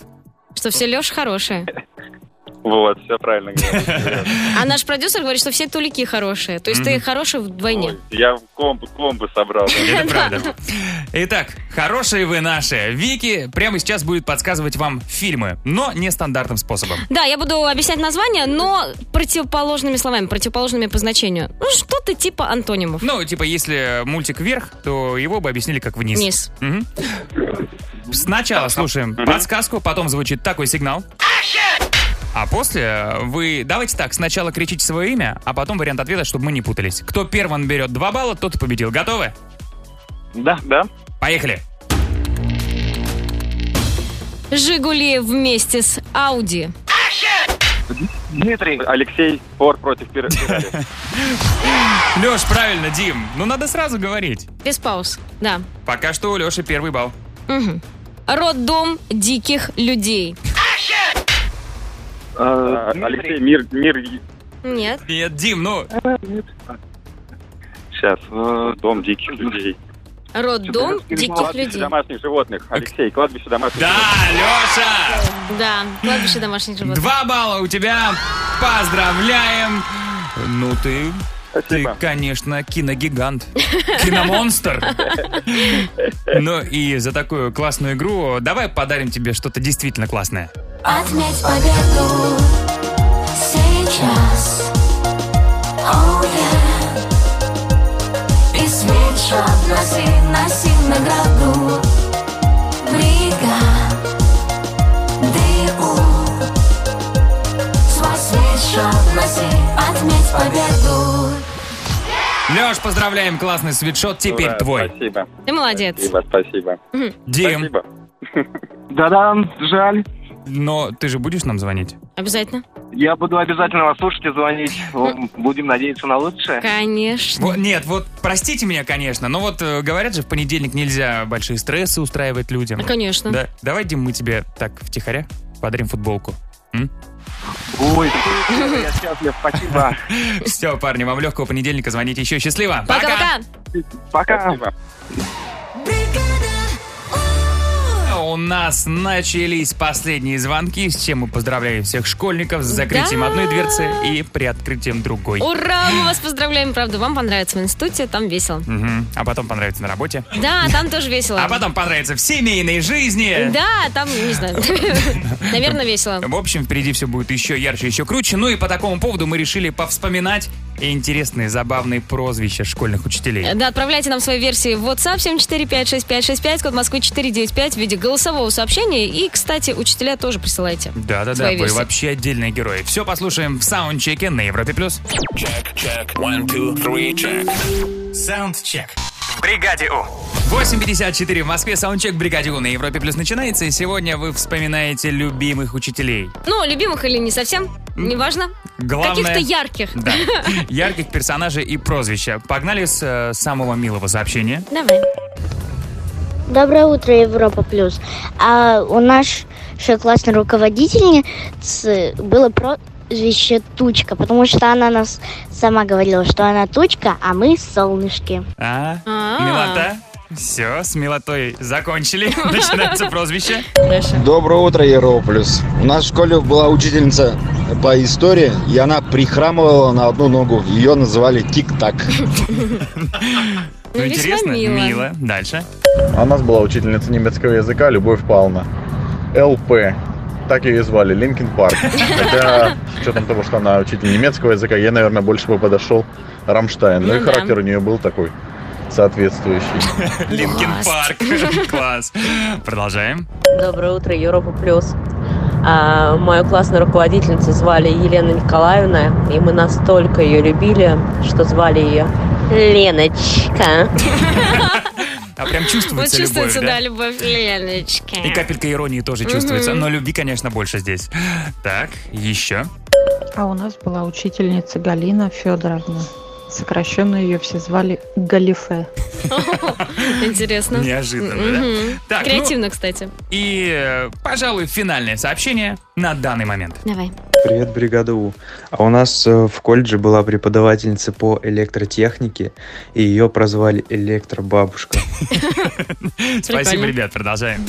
Что все Леша хорошие.
Вот, все правильно говорю.
А наш продюсер говорит, что все тулики хорошие. То есть ты
Мгм.
хороший вдвойне.
Я в комбы, комбы собрал.
Это правда. Итак, хорошие вы наши. Вики прямо сейчас будет подсказывать вам фильмы, но нестандартным способом.
Да, я буду объяснять название, но противоположными словами, противоположными по значению. Ну, что-то типа антонимов.
Ну, типа, если мультик вверх, то его бы объяснили как вниз.
Вниз.
Мгм. Сначала слушаем подсказку, потом звучит такой сигнал. А после вы... Давайте так, сначала кричите свое имя, а потом вариант ответа, чтобы мы не путались. Кто первым берет 2 балла, тот и победил. Готовы?
Да, да.
Поехали.
Жигули вместе с Ауди.
Дмитрий. Алексей, Фор против Пир- Пирали.
Э, Леш, правильно, Дим. Ну, надо сразу говорить.
Без пауз. Да.
Пока что у Леши первый балл.
Угу. Роддом диких людей.
А, Алексей, мир, мир.
Нет.
Нет, Дим, ну...
Сейчас, Э, дом диких людей.
Роддом диких
Кладбище
людей.
домашних животных. Алексей, кладбище домашних
Да, Леша!
Да, кладбище домашних животных.
Два балла у тебя. Поздравляем. Ну ты... Ты, конечно, киногигант. Киномонстр. Ну и за такую классную игру давай подарим тебе что-то действительно классное.
Отметь победу сейчас. Oh, yeah. И свечу относи, носи в награду. Бригады У. Свой свечу относи, отметь победу.
Леш, поздравляем, классный свитшот, теперь
Ура,
твой.
Спасибо.
Ты молодец.
Спасибо, спасибо.
Дим.
Да-да, жаль.
Но ты же будешь нам звонить?
Обязательно.
Я буду обязательно вас слушать и звонить. Будем надеяться на лучшее.
Конечно.
Вот, нет, вот простите меня, конечно, но вот э, говорят же, в понедельник нельзя большие стрессы устраивать людям.
Да, Ну, конечно.
Да. Давай, Дим, мы тебе так втихаря подарим футболку.
Ой, я счастлив, спасибо.
Все, парни, вам легкого понедельника, звоните еще. Счастливо.
Пока-пока.
Пока.
У нас начались последние звонки, с чем мы поздравляем всех школьников с закрытием
Да.
одной дверцы и приоткрытием другой.
Ура, мы вас поздравляем, правда, вам понравится в институте, там весело.
Мгм. А потом понравится на работе.
Да, там тоже весело.
А потом понравится в семейной жизни.
Да, там, не знаю, наверное, весело.
В общем, впереди все будет еще ярче, еще круче. Ну и по такому поводу мы решили повспоминать интересные, забавные прозвища школьных учителей.
Да, отправляйте нам свои версии в WhatsApp 7456565, код Москвы 495 в виде голосового сообщения. И, кстати, учителя тоже присылайте.
Да-да-да,
Свои
вы
версии.
вообще отдельные герои. Все послушаем в саундчеке на Европе+. плюс.
Саундчек. Бригаде У.
8.54 в Москве, саундчек «Бригаде У» на Европе+. плюс начинается, и сегодня вы вспоминаете любимых учителей.
Ну, любимых или не совсем, неважно.
Главное-
Каких-то ярких.
Да. Ярких персонажей и прозвища. Погнали с э, самого милого сообщения.
Давай.
Доброе утро, Европа Плюс. А у нашей классной руководительницы было прозвище Тучка, потому что она нас сама говорила, что она Тучка, а мы солнышки.
А,
А.
милота. Все, с милотой закончили. Начинается прозвище.
Доброе утро, Европлюс. У нас в школе была учительница по истории, и она прихрамывала на одну ногу. Ее называли Тик-Так.
Ну,
Ну, весьма
интересно,
мило.
мило. Дальше.
А у нас была учительница немецкого языка Любовь Павловна. ЛП. Так ее и звали, Линкин Парк. Хотя, с учетом того, что она учитель немецкого языка, ей, наверное, больше бы подошел Рамштайн. Ну и
Ну да.
характер у нее был такой соответствующий.
Линкин Парк. Класс. Продолжаем.
Доброе утро, Европа Плюс. А, мою классную руководительницу звали Елена Николаевна, и мы настолько ее любили, что звали ее Леночка.
А прям
Вот
чувствуется любовь,
чувствуется, да,
да?
любовь Леночки.
И капелька иронии тоже чувствуется,
Мгм.
но любви, конечно, больше здесь. Так, еще.
А у нас была учительница Галина Федоровна. Сокращенно ее все звали Галифе.
Интересно.
Неожиданно, да?
Ну, Мгм.
Так, ну
Креативно, кстати.
И, э, пожалуй, финальное сообщение на данный момент.
Давай.
Привет, бригада У. А у нас э, в колледже была преподавательница по электротехнике, и ее прозвали электробабушка.
Спасибо, ребят, продолжаем.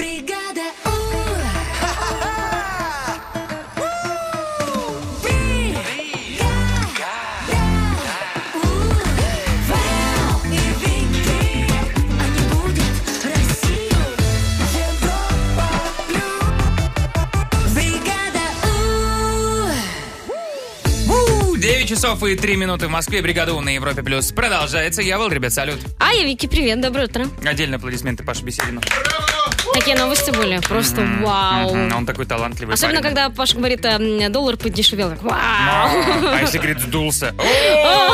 У, 9 часов и 3 минуты в Москве. Бригада У на Европе Плюс продолжается. Я был, ребят, салют.
А, я Вики, привет, доброе утро.
Отдельные аплодисменты Паше Беседину.
Такие новости были, просто
М,
вау.
мгм, Он такой талантливый
Особенно,
парень.
когда Паша говорит, э, м, доллар подешевел. Так, Вау!
А если, говорит, сдулся? О!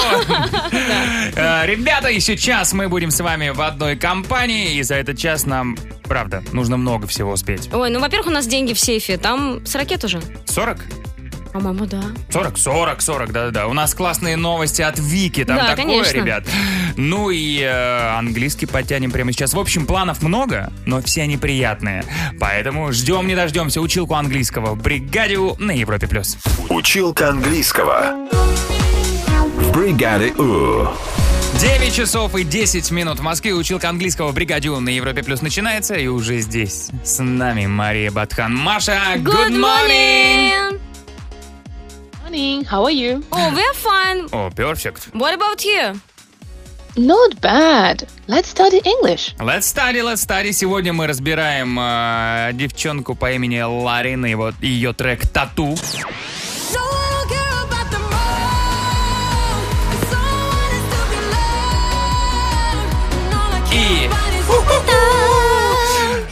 Э, Ребята, еще час мы будем с вами в одной компании, и за этот час нам, правда, нужно много всего успеть.
Ой, ну, во-первых, у нас деньги в сейфе, там с ракет уже.
40?
По-моему, да.
40, 40, 40, да-да-да. У нас классные новости от Вики, там
Да,
такое,
конечно.
ребят. Ну и э, английский подтянем прямо сейчас. В общем, планов много, но все они приятные. Поэтому ждем, не дождемся училку английского в бригаде У на Европе+. плюс.
Училка английского. В бригаде У.
9 часов и 10 минут в Москве. Училка английского в бригаде У на Европе Плюс начинается. И уже здесь с нами Мария Батхан. Маша, good morning!
Morning, how are you?
Oh, we're fine.
О, perfect.
What about you?
Not bad. Let's study English.
Let's study, let's study. Сегодня мы разбираем э, девчонку по имени Ларина и вот ее трек «Тату». И...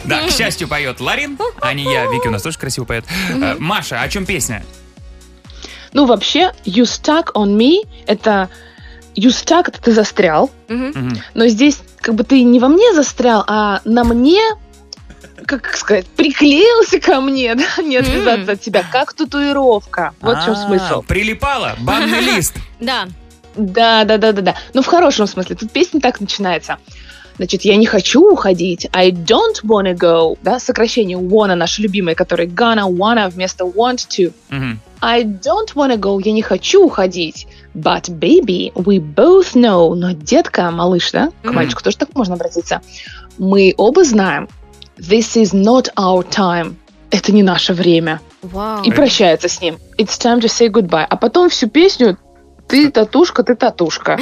Да, к счастью, поет Ларин, а не я. Вики у нас тоже красиво поет. Э, Маша, о чем песня?
Ну, вообще, you stuck on me — это you stuck, это ты застрял.
Мгм.
Но здесь как бы ты не во мне застрял, а на мне, как сказать, приклеился ко мне, да, не отвязаться от тебя, как татуировка. Вот в чем
А,
смысл.
Прилипала, банный лист.
Да.
Да, да, да, да, да. Ну, в хорошем смысле. Тут песня так начинается. Значит, я не хочу уходить. I don't wanna go. Да, сокращение wanna, наше любимое, которое gonna, wanna вместо want to. I don't wanna go, я не хочу уходить. But, baby, we both know. Но, детка, малыш, да? К
Мгм.
мальчику тоже так можно обратиться. Мы оба знаем. This is not our time. Это не наше время.
Вау.
И прощается с ним. It's time to say goodbye. А потом всю песню ты татушка, ты татушка.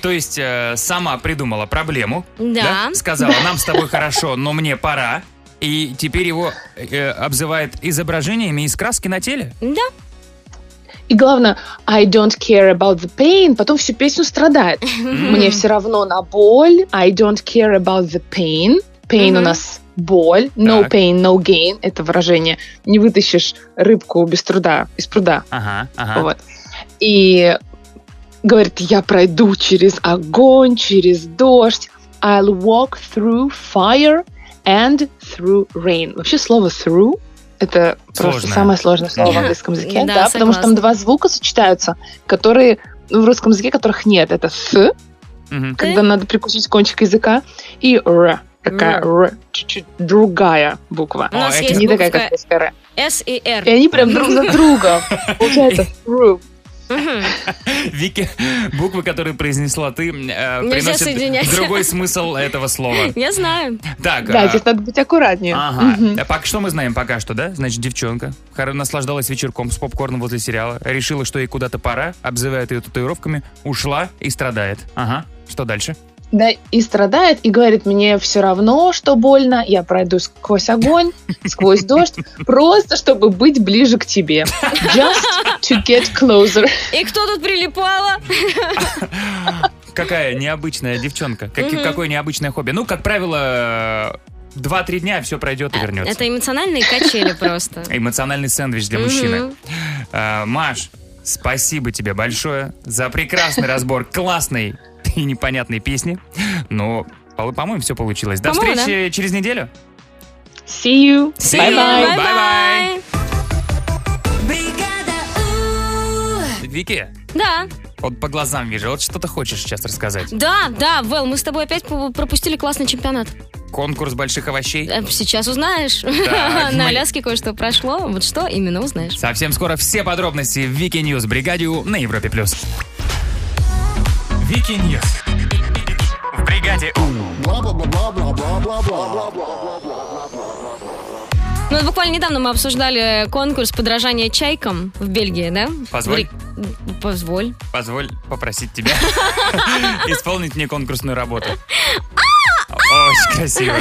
То есть э, сама придумала проблему.
Да.
Сказала, нам с тобой хорошо, но мне пора. И теперь его э, обзывает изображениями из краски на теле.
Да.
И главное, I don't care about the pain. Потом всю песню страдает. Мне все равно на боль. I don't care about the pain. Pain
Мгм.
у нас боль. No
Так.
pain, no gain. Это выражение. Не вытащишь рыбку без труда, из пруда.
Ага, ага.
Вот. И говорит, я пройду через огонь, через дождь. I'll walk through fire and through rain. Вообще слово through это просто
Сложное.
самое сложное слово в
Да.
английском языке,
Да,
да, потому
согласна.
что там два звука сочетаются, которые ну, в русском языке которых нет. Это с, когда надо прикусить кончик языка, и р, такая р, чуть-чуть другая буква.
У нас Ну, есть
не такая,
буква
как Э. русская р.
С и Р.
И они прям друг за другом. Получается through.
Мгм.
Вики, буквы, которые произнесла ты,
Ну,
э,
Нельзя соединять.
приносят другой смысл этого слова.
Я знаю.
Так,
Да,
а,
здесь надо быть аккуратнее.
Ага.
Мгм.
А пока что мы знаем пока что, да? Значит, девчонка хоро- наслаждалась вечерком с попкорном возле сериала, решила, что ей куда-то пора, обзывает ее татуировками, ушла и страдает. Ага. Что дальше?
Да, и страдает, и говорит, мне все равно, что больно, я пройду сквозь огонь, сквозь дождь, просто чтобы быть ближе к тебе. Just to get closer.
И кто тут прилипала?
Какая необычная девчонка. Как-
Мгм.
Какое необычное хобби. Ну, как правило, э, 2-3 дня все пройдет и вернется.
А, Это эмоциональные качели просто.
Эмоциональный сэндвич для
Мгм.
мужчины. А, Маш, спасибо тебе большое за прекрасный разбор классной и непонятной песни. Но, по- по-моему, все получилось. До
По-моему,
встречи через неделю.
See you.
See you.
Bye-bye.
Bye-bye. Вики,
Да,
вот по глазам вижу, вот что ты хочешь сейчас рассказать.
да, да, Вэл, мы с тобой опять по- пропустили классный чемпионат.
Конкурс больших овощей.
Э, Сейчас узнаешь.
Так, мы-
На Аляске кое-что прошло. Вот что именно узнаешь.
Совсем скоро все подробности в Вики Ньюс Бригаде У на Европе+. плюс. Вики Ньюс. В Бригаде
Ну, вот буквально недавно мы обсуждали конкурс подражания чайкам в Бельгии, да?
Позволь.
В Ри- Позволь.
Позволь попросить тебя исполнить мне конкурсную работу.
А!
Очень красиво.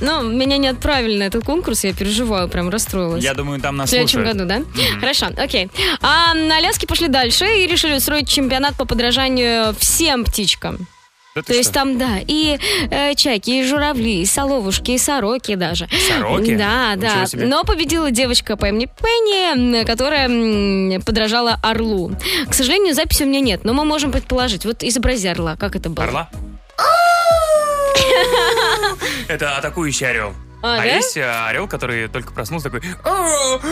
Но Ну, меня не отправили на этот конкурс, я переживаю, прям расстроилась.
Я думаю, там
В
нас
следующем
слушают.
году, да? Хорошо, окей. А на Аляске пошли дальше и решили устроить чемпионат по подражанию всем птичкам.
Да ты
То есть
что?
там, да, и э, чайки, и журавли, и соловушки, и сороки даже.
Сороки?
Да,
Ничего
да.
себе.
Но победила девочка по имени Пенни, м, которая м, подражала орлу. К сожалению, записи у меня нет, но мы можем предположить. Вот изобрази орла, как это было.
Орла? Это атакующий орел.
А,
А
да?
есть э, орел, который только проснулся, такой... «А, «О,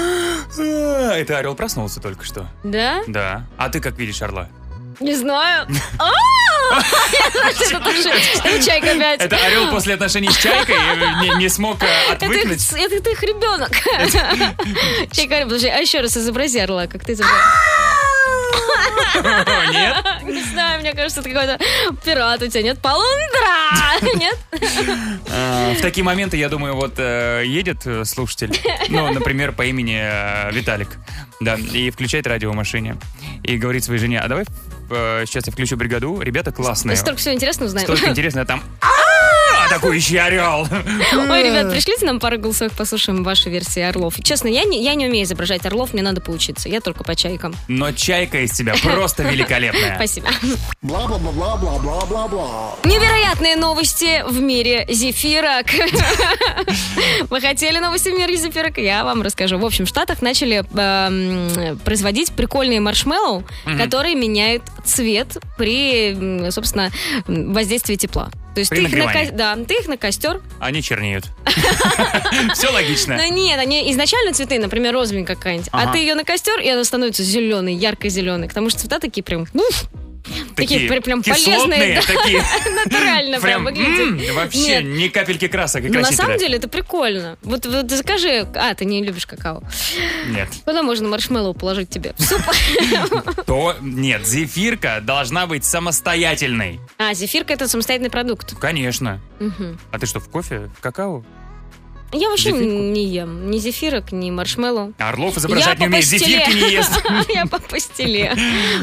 э». Это орел проснулся только что.
Да?
Да. А ты как видишь орла?
Не знаю. А! Я знаю, что это такое. Это чайка опять.
Это орел после отношений с чайкой э, не, не смог э,
Это их-
отвыкнуть.
это их, ребенок. Чайка, орел. подожди, а еще раз изобрази орла, как ты изобразил.
Нет?
Не знаю, мне кажется, это какой-то пират у тебя. Нет, полундра! Нет?
Э, В такие моменты, я думаю, вот э, едет э, слушатель, ну, например, по имени э, Виталик, да, и включает радио в машине, и говорит своей жене, а давай э, сейчас я включу бригаду, ребята классные.
Мы столько всего интересного узнаем.
Столько интересно, а там... «А!» атакующий орел.
Ой, ребят, пришлите нам пару голосовых, послушаем ваши версии орлов. Честно, я не, я не умею изображать орлов, мне надо поучиться. Я только по чайкам.
Но чайка из тебя просто великолепная.
Спасибо. Невероятные новости в мире зефирок. Вы хотели новости в мире зефирок? Я вам расскажу. В общем, в Штатах начали эм, производить прикольные маршмеллоу,
Мгм.
которые меняют цвет при, м, собственно, м, воздействии тепла. То есть
При
ты их, на,
нагревании.
ко- да, ты их на костер
Они чернеют. Все логично.
но нет, они изначально цветы, например, розовенькая какая-нибудь, а
Ага.
ты ее на костер, и она становится зеленой, ярко-зеленой, потому что цвета такие прям... уф,
Такие
пр- прям
кислотные
полезные, да.
такие.
натурально прям
Прям м,
выглядит.
вообще
Нет.
ни капельки красок и
Ну, на самом
красителя.
деле, это прикольно. Вот, вот закажи... А, ты не любишь какао.
Нет.
Куда можно маршмеллоу положить тебе? В суп?
То нет, зефирка должна быть самостоятельной.
А, зефирка — это самостоятельный продукт.
Конечно.
Мгм.
А ты что, в кофе, в какао?
Я вообще
Зефирку?
не ем ни зефирок, ни маршмеллоу.
А Орлов изображать
Я
не умеет,
по пастиле.
зефирки не ест.
Я по пастиле.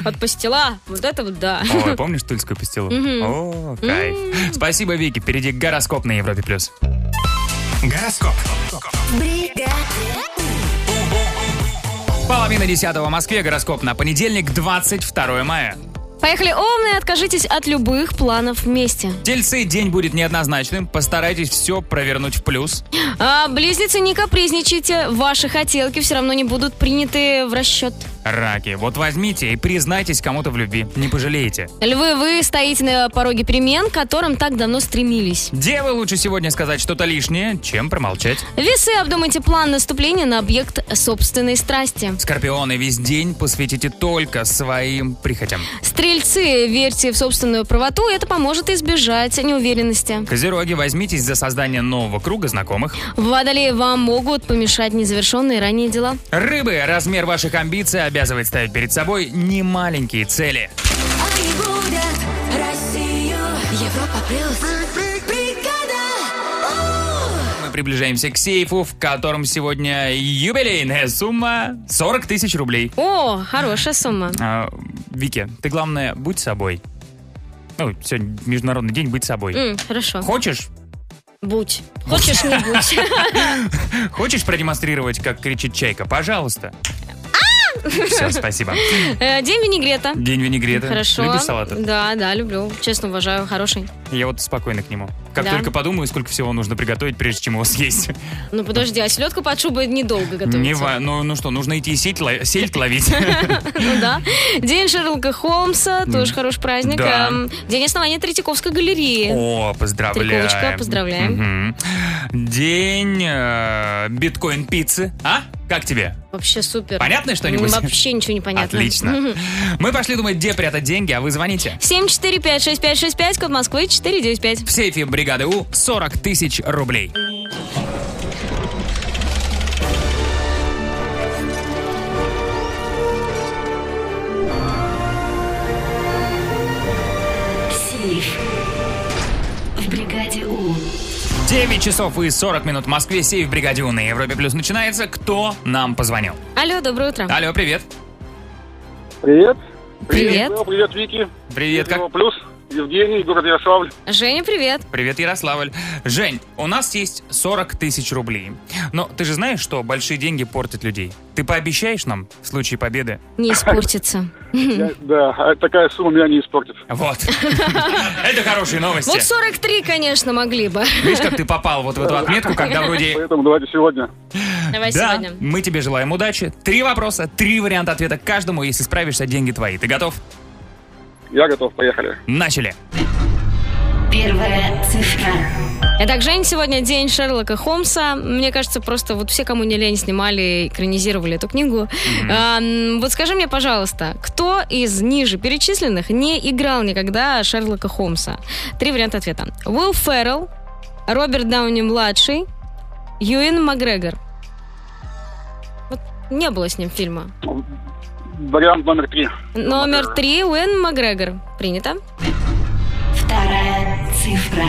От пастила. Вот это вот да.
Ой, помнишь тульскую пастилу?
Мгм.
О, кайф. Спасибо, Вики. Впереди гороскоп на Европе+. плюс. Гороскоп. Половина десятого в Москве. Гороскоп на понедельник, 22 мая.
Поехали, умные, откажитесь от любых планов вместе.
Тельцы день будет неоднозначным. Постарайтесь все провернуть в плюс.
А, близнецы, не капризничайте, ваши хотелки все равно не будут приняты в расчет.
Раки, вот возьмите и признайтесь кому-то в любви. Не пожалеете.
Львы, вы стоите на пороге перемен, к которым так давно стремились.
Девы лучше сегодня сказать что-то лишнее, чем промолчать.
Весы, обдумайте план наступления на объект собственной страсти.
Скорпионы весь день посвятите только своим прихотям.
Стрельцы, верьте в собственную правоту, это поможет избежать неуверенности.
Козероги, возьмитесь за создание нового круга знакомых.
Водолеи, вам могут помешать незавершенные ранее дела.
Рыбы, размер ваших амбиций обязывает ставить перед собой немаленькие цели.
Они будут Россию, Европа плюс. Бригада. У.
Мы приближаемся к сейфу, в котором сегодня юбилейная сумма 40 тысяч рублей.
О, хорошая сумма.
А, Вики, ты главное, будь собой. Ну, сегодня международный день, будь собой.
М, хорошо.
Хочешь?
Будь. Хочешь, не будь.
Хочешь продемонстрировать, как кричит чайка? Пожалуйста.
А!
Все, спасибо.
Э, День винегрета.
День винегрета.
Хорошо.
Любишь салаты?
Да, да, люблю. Честно, уважаю, хороший.
Я вот спокойно к нему. Как
Да.
только подумаю, сколько всего нужно приготовить, прежде чем его съесть.
Ну подожди, а селедка под шубой недолго готовится.
Не ва- ну, ну что, нужно идти и сеть, ло- сельдь ловить.
Ну да. День Шерлока Холмса, тоже хороший праздник.
Да.
Эм, День основания Третьяковской галереи.
О, поздравляем.
Триковочка, поздравляем.
Мгм. День э, биткоин-пиццы. А? Как тебе?
Вообще супер.
Понятно что-нибудь?
Вообще ничего не понятно.
Отлично. Мы пошли думать, где прятать деньги, а вы звоните.
7456565, код Москвы 495.
В сейфе бригады У 40 тысяч рублей.
Сейф. В бригаде У.
9 часов и 40 минут в Москве. Сейф бригаде У на Европе Плюс начинается. Кто нам позвонил?
Алло, доброе утро.
Алло, привет.
Привет. Ну,
Привет.
Привет, Вики.
Привет, как?
Плюс. Евгений, город Ярославль.
Женя, привет.
Привет, Ярославль. Жень, у нас есть 40 тысяч рублей. Но ты же знаешь, что большие деньги портят людей. Ты пообещаешь нам в случае победы?
Не испортится.
Да, а такая сумма меня не испортит.
Вот. Это хорошие новости.
Вот 43, конечно, могли бы.
Видишь, как ты попал вот в эту отметку, когда вроде...
Поэтому давайте сегодня.
Давай
Да,
сегодня.
мы тебе желаем удачи. Три вопроса, три варианта ответа к каждому. Если справишься, деньги твои. Ты готов?
Я готов, поехали.
Начали.
Первая цифра.
Итак, Жень, сегодня день Шерлока Холмса. Мне кажется, просто вот все, кому не лень, снимали, экранизировали эту книгу. А, м, вот скажи мне, пожалуйста, кто из ниже перечисленных не играл никогда Шерлока Холмса? Три варианта ответа. Уилл Феррелл, Роберт Дауни-младший, Юэн Макгрегор. Вот не было с ним фильма.
Вариант номер три.
Номер три Уэн Макгрегор. Принято.
Вторая цифра.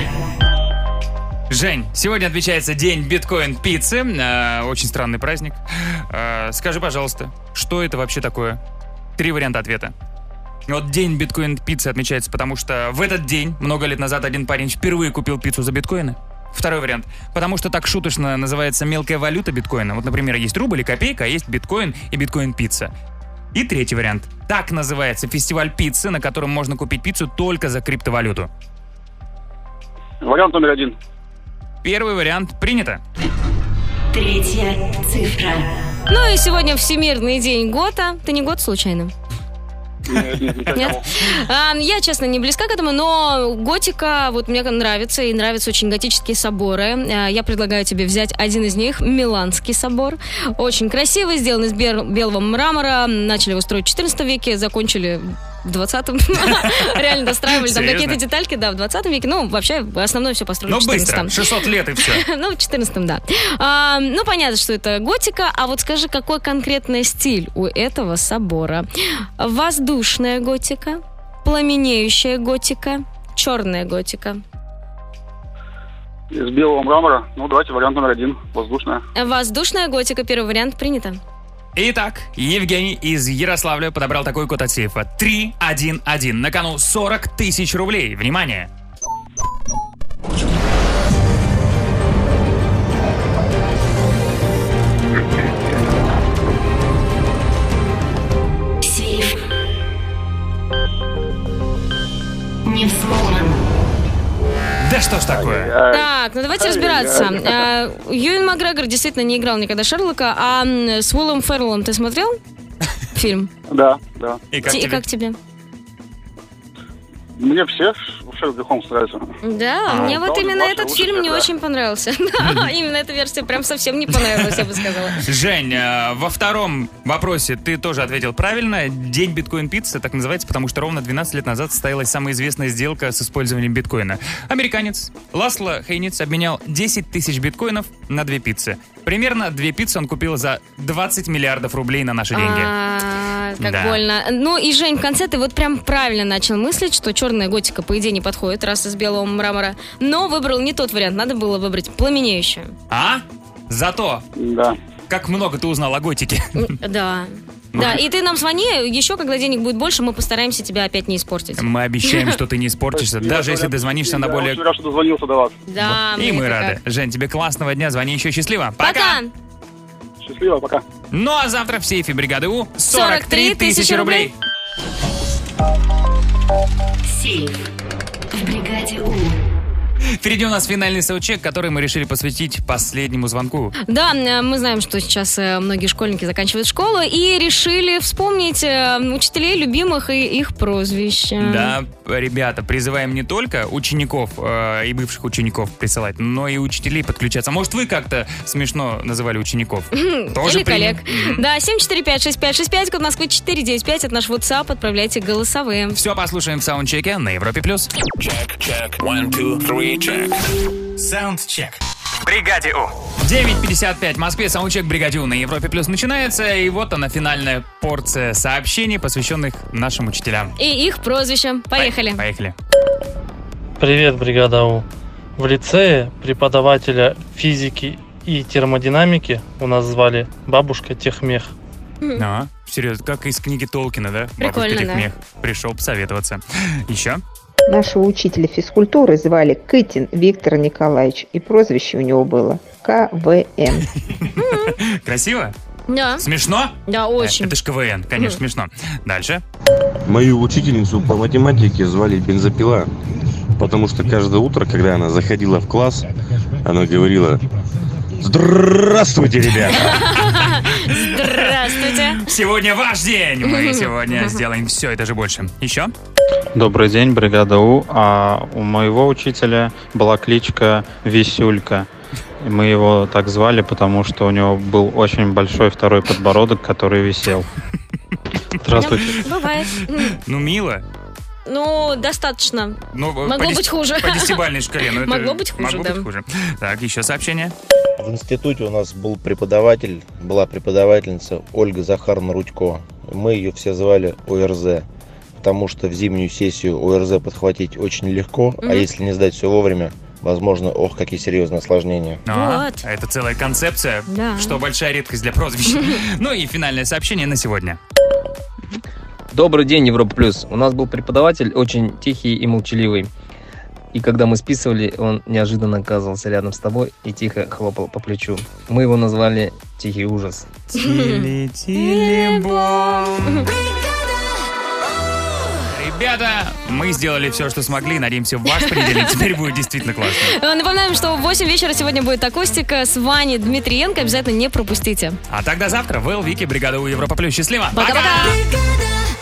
Жень, сегодня отмечается день биткоин-пиццы. Э, Очень странный праздник. Э, Скажи, пожалуйста, что это вообще такое? Три варианта ответа. Вот день биткоин-пиццы отмечается, потому что в этот день, много лет назад, один парень впервые купил пиццу за биткоины. Второй вариант. Потому что так шуточно называется мелкая валюта биткоина. Вот, например, есть рубль и копейка, а есть биткоин и биткоин-пицца. И третий вариант. Так называется фестиваль пиццы, на котором можно купить пиццу только за криптовалюту.
Вариант номер один.
Первый вариант принято.
Третья цифра. Ну и сегодня Всемирный день Гота. Ты не год случайно? Нет? А, Я, честно, не близка к этому, но готика вот мне нравится, и нравятся очень готические соборы. А, Я предлагаю тебе взять один из них, Миланский собор. Очень красивый, сделан из бер- белого мрамора. Начали его строить в 14 веке, закончили в 20-м. Реально достраивали там
Серьезно?
какие-то детальки, да, в 20 веке. Ну, вообще, основное все построили
Ну
в
быстро,
14
600 лет и все.
ну, в 14-м, да. А, ну, понятно, что это готика, а вот скажи, какой конкретный стиль у этого собора? Воздушная готика, пламенеющая готика, черная готика.
Из белого мрамора. Ну, давайте вариант номер один. Воздушная.
Воздушная готика, первый вариант принято.
Итак, Евгений из Ярославля подобрал такой код от сейфа. 3-1-1. На кону 40 тысяч рублей. Внимание!
Сейф. Не взломан.
Да что ж такое?
Так, ну давайте разбираться. А, Юэн Макгрегор действительно не играл никогда Шерлока, а м, с Уиллом Ферреллом ты смотрел фильм?
Да, да.
И
Ти- И как тебе?
Мне все Шерлок Холмс нравится.
Да,
А,
мне вот
да, он
именно
лучше,
этот
лучше
фильм не
всегда.
очень понравился. Да, Именно эта версия прям совсем не понравилась, я бы сказала.
Жень, э, во втором вопросе ты тоже ответил правильно. День биткоин-пиццы так называется, потому что ровно 12 лет назад состоялась самая известная сделка с использованием биткоина. Американец Ласло Хейниц обменял 10 тысяч биткоинов на две пиццы. Примерно две пиццы он купил за 20 миллиардов рублей на наши деньги.
А, Как
Да.
больно. Ну и, Жень, в конце ты вот прям правильно начал мыслить, что черная готика по идее не подходит, раз из белого мрамора. Но выбрал не тот вариант, надо было выбрать пламенеющую.
А? Зато...
Да.
Как много ты узнал о готике.
Да.
Ну,
Да, и ты нам звони, еще когда денег будет больше, мы постараемся тебя опять не испортить.
Мы обещаем, что ты не испортишься, даже если дозвонишься на более...
Я что дозвонился до вас.
Да,
И мы
это
рады. Жень, тебе классного дня, звони еще счастливо.
как. Пока!
Счастливо, пока.
Ну а завтра в сейфе бригады У 43 тысячи
43
рублей.
Сейф. В бригаде У.
Впереди у нас финальный саундчек, который мы решили посвятить последнему звонку.
Да, э, мы знаем, что сейчас э, многие школьники заканчивают школу и решили вспомнить э, учителей любимых и их прозвища.
Да, ребята, призываем не только учеников э, и бывших учеников присылать, но и учителей подключаться. Может, вы как-то смешно называли учеников? Тоже
Или коллег.
примем.
Да, 745-6565, код Москвы 495, от наш WhatsApp отправляйте голосовые.
Все послушаем в саундчеке на Европе+. плюс.
Чек, one, two, three, check. Саундчек. В бригаде У.
9.55 в Москве, саундчек «Бригадю» на Европе+. плюс начинается, и вот она финальная порция сообщений, посвященных нашим учителям.
И их прозвища. Поехали.
Поехали.
Привет, бригада У. В лицее преподавателя физики и термодинамики у нас звали бабушка Техмех.
А, серьезно, как из книги Толкина, да?
Прикольно,
Бабушка
да.
Техмех. Пришел посоветоваться. Еще?
Нашего учителя физкультуры звали Кытин Виктор Николаевич, и прозвище у него было КВН.
Красиво?
Да.
Смешно?
Да, очень.
Это ж КВН, конечно, смешно. Дальше.
Мою учительницу по математике звали Бензопила, потому что каждое утро, когда она заходила в класс, она говорила «Здравствуйте, ребята!»
Здравствуйте.
Сегодня ваш день. Мы сегодня сделаем все и даже больше. Еще?
Добрый день, бригада У. А у моего учителя была кличка Висюлька. И Мы его так звали, потому что у него был очень большой второй подбородок, который висел. Здравствуйте.
Бывает. М,
Ну, мило.
Ну, достаточно.
Ну, э, по
Могло
дес-
быть хуже.
По десятибалльной шкале. ну, это
Могло быть хуже,
могло
да.
быть хуже. Так, еще сообщение.
В институте у нас был преподаватель, была преподавательница Ольга Захаровна Рудько. Мы ее все звали ОРЗ, потому что в зимнюю сессию ОРЗ подхватить очень легко, а
Мгм.
если не сдать все вовремя, возможно, ох, какие серьезные осложнения.
А,
Вот.
Это целая концепция,
Да.
что большая редкость для прозвищ. Ну и финальное сообщение на сегодня.
Добрый день, Европа Плюс. У нас был преподаватель очень тихий и молчаливый. И когда мы списывали, он неожиданно оказывался рядом с тобой и тихо хлопал по плечу. Мы его назвали «Тихий ужас».
Тили-тили-бом. Ребята, мы сделали все, что смогли. Надеемся, ваш понедельник теперь будет действительно классно.
Э, Напоминаем, что в 8 вечера сегодня будет акустика с Ваней Дмитриенко. Обязательно не пропустите.
А тогда завтра Вэл, Вики, бригада у Европа Плюс. Счастливо!
Пока-пока!
Бригада.